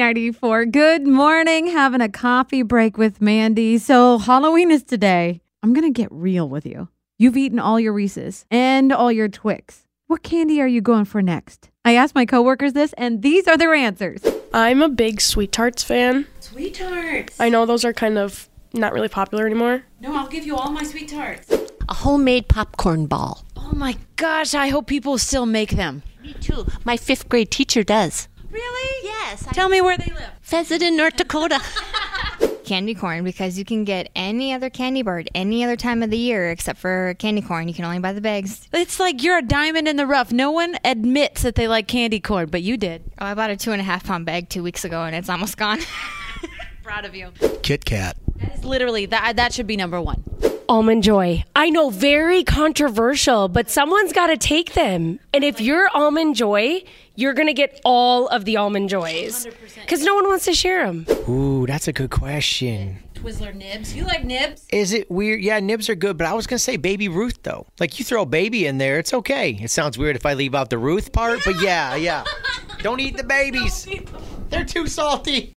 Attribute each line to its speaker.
Speaker 1: Y94. Good morning. Having a coffee break with Mandy. So, Halloween is today. I'm going to get real with you. You've eaten all your Reese's and all your Twix. What candy are you going for next? I asked my coworkers this, and these are their answers.
Speaker 2: I'm a big Sweet Tarts fan.
Speaker 3: Sweet tarts.
Speaker 2: I know those are kind of not really popular anymore.
Speaker 3: No, I'll give you all my sweet tarts.
Speaker 4: a homemade popcorn ball.
Speaker 3: Oh my gosh, I hope people still make them.
Speaker 4: Me too. My fifth grade teacher does.
Speaker 3: Really?
Speaker 4: Yes.
Speaker 3: Tell me where they live.
Speaker 4: Pheasant, North Dakota.
Speaker 5: candy corn because you can get any other candy bar at any other time of the year except for candy corn. You can only buy the bags.
Speaker 3: It's like you're a diamond in the rough. No one admits that they like candy corn, but you did.
Speaker 5: Oh, I bought a two and a half pound bag two weeks ago and it's almost gone.
Speaker 3: Proud of you.
Speaker 6: Kit Kat.
Speaker 3: That is literally that that should be number 1.
Speaker 7: Almond Joy. I know, very controversial, but someone's got to take them. And if you're Almond Joy, you're going to get all of the Almond Joys because no one wants to share them.
Speaker 8: Ooh, that's a good question.
Speaker 3: Twizzler nibs. You like nibs?
Speaker 8: Is it weird? Yeah, nibs are good, but I was gonna say Baby Ruth though. Like you throw baby in there, it's okay. It sounds weird if I leave out the Ruth part, but yeah, yeah. Don't eat the babies. They're too salty.